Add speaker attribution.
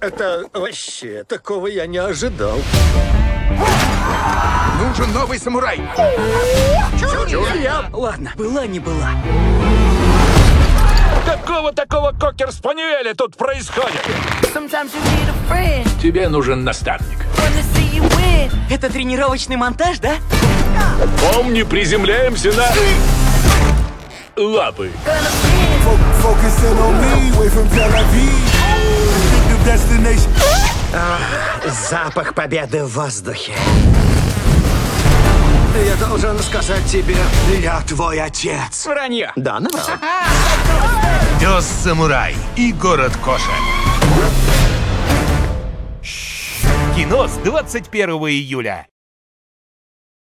Speaker 1: Это вообще, такого я не ожидал.
Speaker 2: Нужен новый самурай.
Speaker 1: Я
Speaker 3: Ладно, была не была.
Speaker 4: Какого такого кокер спаниеля тут происходит?
Speaker 5: Sometimes you need a friend.
Speaker 4: Тебе нужен наставник.
Speaker 5: Wanna see you win.
Speaker 3: Это тренировочный монтаж, да?
Speaker 4: Помни, приземляемся на... Лапы.
Speaker 5: Gonna win.
Speaker 6: Focusing on me, way from Tel Aviv. Addictive destination.
Speaker 1: запах победы в воздухе. Я должен сказать тебе, я твой отец.
Speaker 3: Вранье.
Speaker 1: Да, наврал.
Speaker 2: Пес самурай и город Коша. Кино с 21 июля.